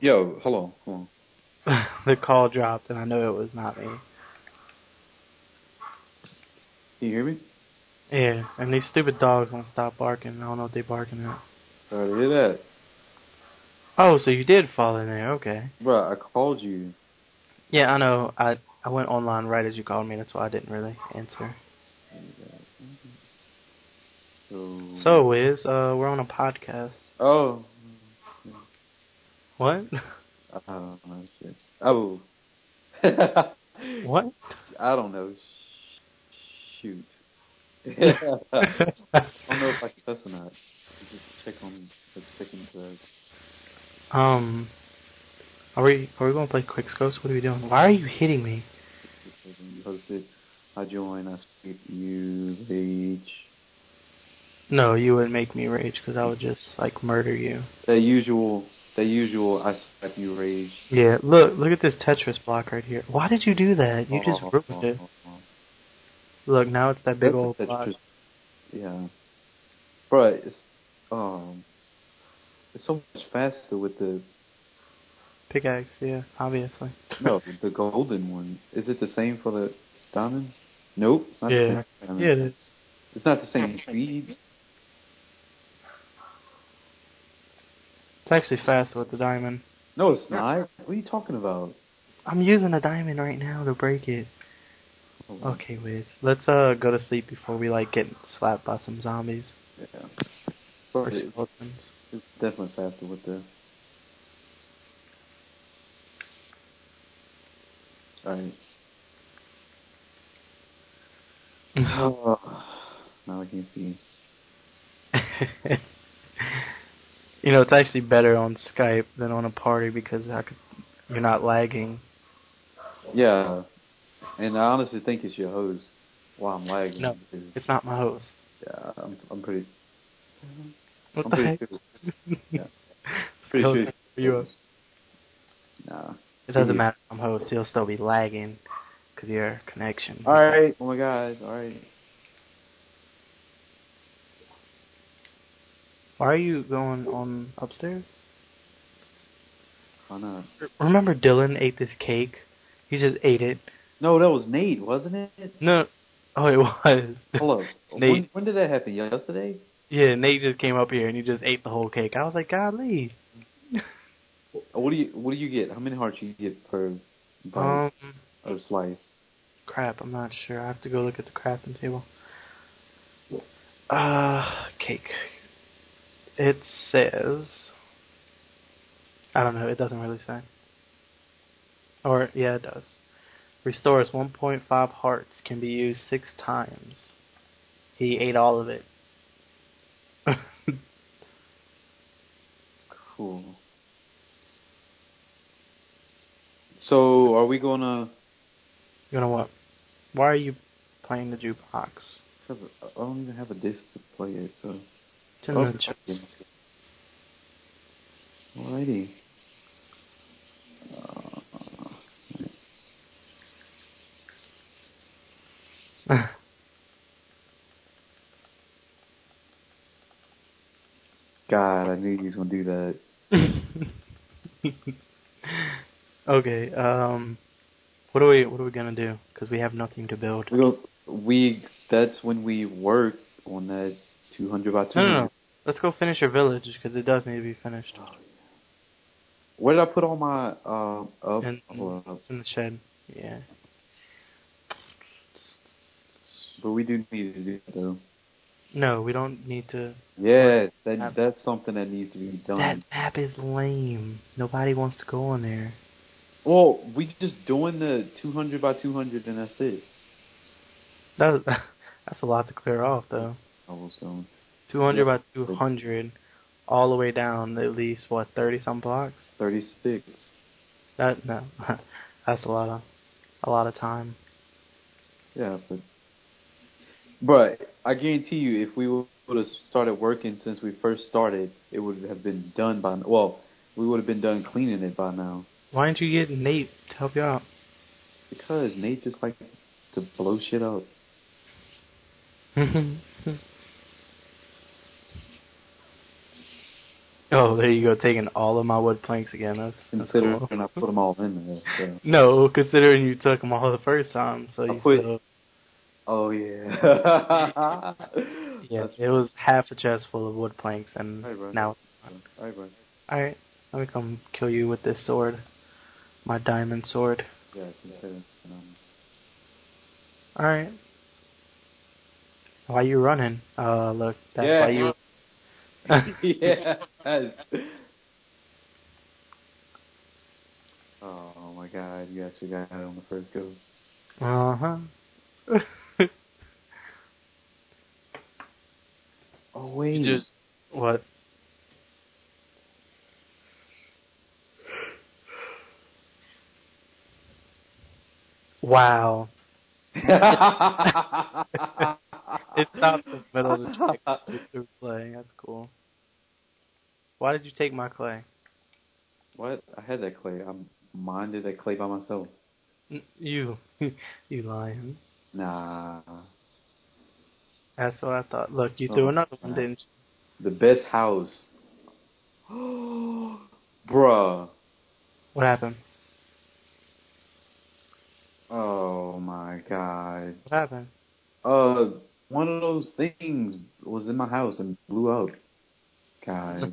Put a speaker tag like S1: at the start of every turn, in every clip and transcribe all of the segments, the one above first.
S1: Yo, hello. hello.
S2: the call dropped, and I knew it was not me.
S1: Can you hear me?
S2: Yeah, and these stupid dogs won't stop barking. I don't know what they're barking at.
S1: Sorry to Uh, hear that.
S2: Oh, so you did fall in there? Okay.
S1: Bruh, I called you.
S2: Yeah, I know. I I went online right as you called me. That's why I didn't really answer.
S1: So.
S2: So, Wiz, uh, we're on a podcast.
S1: Oh.
S2: What?
S1: I don't know. uh, Shit. Oh. I
S2: what?
S1: don't know. Sh- Shoot. I don't know if Uh, I can cuss or not. Just check on the chicken thread.
S2: Um, are we are we going to play Quick Ghost? What are we doing? Why are you hitting me?
S1: Posted. I join. I speak. You age.
S2: No, you would make me rage because I would just like murder you.
S1: That usual. That usual. I slap you rage.
S2: Yeah, look look at this Tetris block right here. Why did you do that? You just
S1: Oh,
S2: ruined it.
S1: oh, oh.
S2: Look, now it's that big
S1: That's
S2: old
S1: a
S2: block.
S1: Tetris. Yeah, but it's um, it's so much faster with the
S2: pickaxe. Yeah, obviously.
S1: no the golden one. Is it the same for the diamond? Nope. It's not The
S2: Yeah.
S1: same for diamond.
S2: Yeah, it is.
S1: It's not the same speed.
S2: It's actually faster with the diamond.
S1: No, it's not. What are you talking about?
S2: I'm using a diamond right now to break it.
S1: Oh,
S2: Okay, Wiz. Let's uh go to sleep before we like get slapped by some zombies
S1: Yeah.
S2: or
S1: But it-
S2: skeletons.
S1: it's definitely faster with the. Alright. now I can see.
S2: you know, it's actually better on Skype than on a party because I could, you're not lagging.
S1: Yeah, and I honestly think it's your host. Wow, I'm lagging.
S2: No. It's not my host.
S1: Yeah, I'm, I'm pretty.
S2: What
S1: I'm
S2: the
S1: pretty
S2: heck?
S1: sure. Yeah. Pretty sure. it's
S2: You
S1: your
S2: up?
S1: host. Nah.
S2: It doesn't
S1: Yeah.
S2: matter if I'm host. He'll still be lagging because your connection.
S1: All right. Oh my God. All right.
S2: Why are you going on upstairs?
S1: Why not?
S2: Remember Dylan ate this cake? He just ate it.
S1: No, that was Nate, wasn't it?
S2: No. Oh, it was.
S1: Hello. When,
S2: Nate.
S1: when did that happen? Yesterday?
S2: Yeah, Nate just came up here and he just ate the whole cake. I was like, golly.
S1: What do you What do you get? How many hearts you get per bite
S2: Um,
S1: or slice?
S2: crap, I'm not sure. I have to go look at the crafting table. Uh, cake. It says. I don't know, it doesn't really say. Or, yeah, it does. Restores 1.5 hearts, can be used six times. He ate all of it.
S1: Cool. So, are we gonna?
S2: you know what? Why are you playing the jukebox?
S1: Cause I don't even have a disc to play it, so.
S2: It's in
S1: Oh,
S2: the
S1: it's
S2: chest.
S1: working. Alrighty. Uh, God, I knew he was gonna do that.
S2: okay. Um, what are we? What are we gonna do? Because we have nothing to build.
S1: We go. We. That's when we work on that 200 by 200.
S2: No, no, no. Let's go finish your village because it does need to be finished.
S1: Where did I put all my um up?
S2: And-
S1: hold up.
S2: It's in the shed. Yeah.
S1: But we do need to do that though.
S2: No, we don't need to.
S1: Yeah, that
S2: Ab-
S1: that's something that needs to be done.
S2: That map is lame. Nobody wants to go on there.
S1: well, we just doing the 200 by 200 and that's it.
S2: That was, that's a lot to clear off though.
S1: Almost done.
S2: 200 by 200, all the way down at least what 30 some blocks.
S1: 36.
S2: That no, that's a lot of a lot of time.
S1: Yeah, but but I guarantee you, if we would have started working since we first started, it would have been done by well, we would have been done cleaning it by now.
S2: Why didn't you get Nate to help you out?
S1: Because Nate just like to blow shit up.
S2: oh, Oh, there you go, taking all of my wood planks again. That's, that's
S1: Considering
S2: cool.
S1: I put them all in there. So.
S2: No, considering you took them all the first time, so
S1: I
S2: you
S1: put-
S2: still,
S1: Oh yeah.
S2: yeah,
S1: That's
S2: it was half a chest full of wood planks, and
S1: Hey, bro.
S2: now
S1: All right, bro.
S2: all right, let me come kill you with this sword, my diamond sword.
S1: Yeah, consider. Um,
S2: All right, why you running? Uh, look, that's
S1: Yeah.
S2: why you.
S1: yes. Oh my God! You actually got it on the first go.
S2: Uh huh.
S1: Oh wait.
S2: You just what? Wow. It
S1: it
S2: stopped in the middle of the track through clay. That's cool. Why did you take my clay?
S1: What? I had that clay. I mined that clay by myself.
S2: N- You, you lying.
S1: Nah.
S2: That's what I thought. Look, you threw
S1: Oh,
S2: another one,
S1: yeah.
S2: didn't
S1: The best house. Bruh.
S2: you? What happened?
S1: Oh my god.
S2: What happened?
S1: Uh, one of those things was in my house and blew out. God.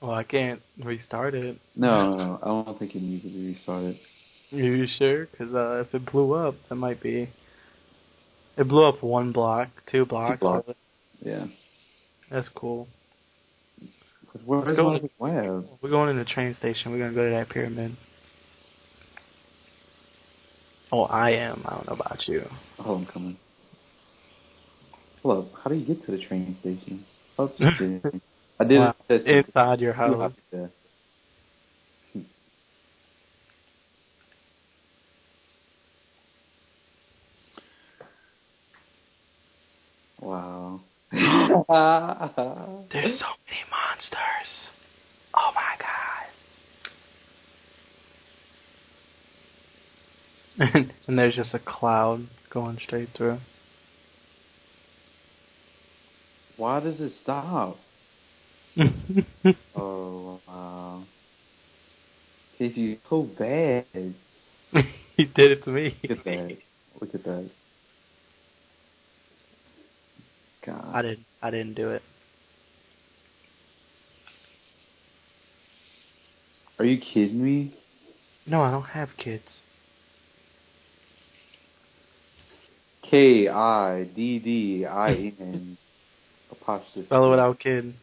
S2: Well, I can't restart it.
S1: No, no, no. I don't think it needs to be restarted.
S2: you sure? Because uh, if it blew up, that might be. It blew up one block, two blocks.
S1: block. Yeah.
S2: That's cool.
S1: Cause where's
S2: Let's go
S1: my
S2: to-
S1: web?
S2: We're going to the train station. We're going to go to that pyramid. Oh, I am. I don't know about you.
S1: Oh, I'm coming. Hello. How do you get to the train station? Up to the- I did
S2: Wow.
S1: it.
S2: Inside your
S1: You
S2: house.
S1: have it there. Hmm. Wow.
S2: There's so many monsters. Oh my god. and, and there's just a cloud going straight through.
S1: Why does it stop? Oh, wow. Casey, you're so bad.
S2: he did it to me.
S1: Look at that. Look at that. God.
S2: I didn't. I didn't do it.
S1: Are you kidding me?
S2: No, I don't have kids.
S1: K I D D I N apostrophe.
S2: Spell it out, kid.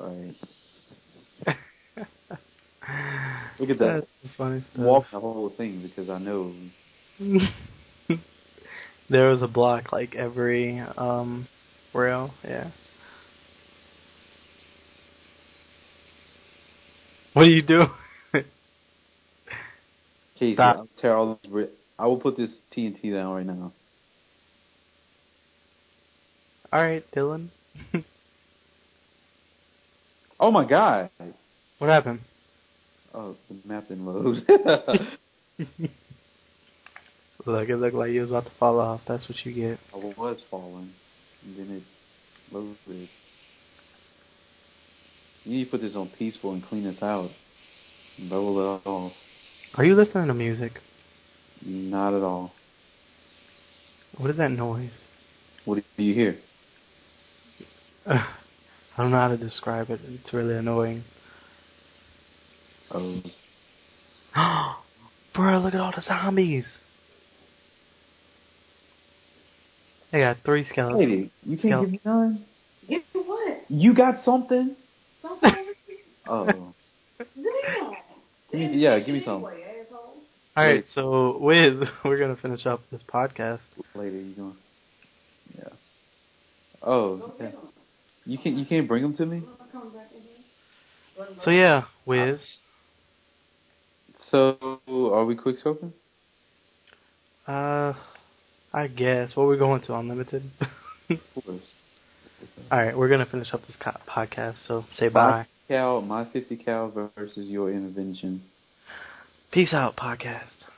S1: Right.
S2: Look
S1: Look at that.
S2: funny stuff.
S1: Walk the whole thing because I know.
S2: there was a block like every um rail, yeah. What do you do?
S1: Casey,
S2: Stop.
S1: I'll tear all this. bri- I will put this TNT down right now.
S2: All right, Dylan.
S1: Oh my god!
S2: What happened?
S1: Oh, the map didn't load.
S2: Look, it looked like you was about to fall off. That's what you get.
S1: I was falling, and then it loaded. You need to put this on peaceful and clean this out. Level it off.
S2: Are you listening to music?
S1: Not at all.
S2: What is that noise?
S1: What do you hear?
S2: Ugh, I don't know how to describe it. It's really annoying.
S1: Oh,
S2: Bro, look at all the zombies. They got three skeletons.
S1: Katie, you can't give me none.
S3: Give me what?
S1: You got something?
S3: Something over here?
S1: Oh,
S3: Give me some.
S1: Give me- yeah, give me some.
S3: Anyway, asshole.
S2: All right, so with we're gonna finish up this podcast.
S1: later you going? Yeah. Oh,
S3: Go
S1: yeah.
S3: get 'em.
S1: you can't you can't bring them to me.
S3: I'm coming back in here. Run,
S2: So yeah, Wiz,
S1: So are we quick scoping?
S2: uh, I guess what we're going to unlimited.
S1: Of course.
S2: All right, we're gonna finish up this co- podcast. So say bye.
S1: Cal, my fifty cal versus your intervention.
S2: Peace out, podcast.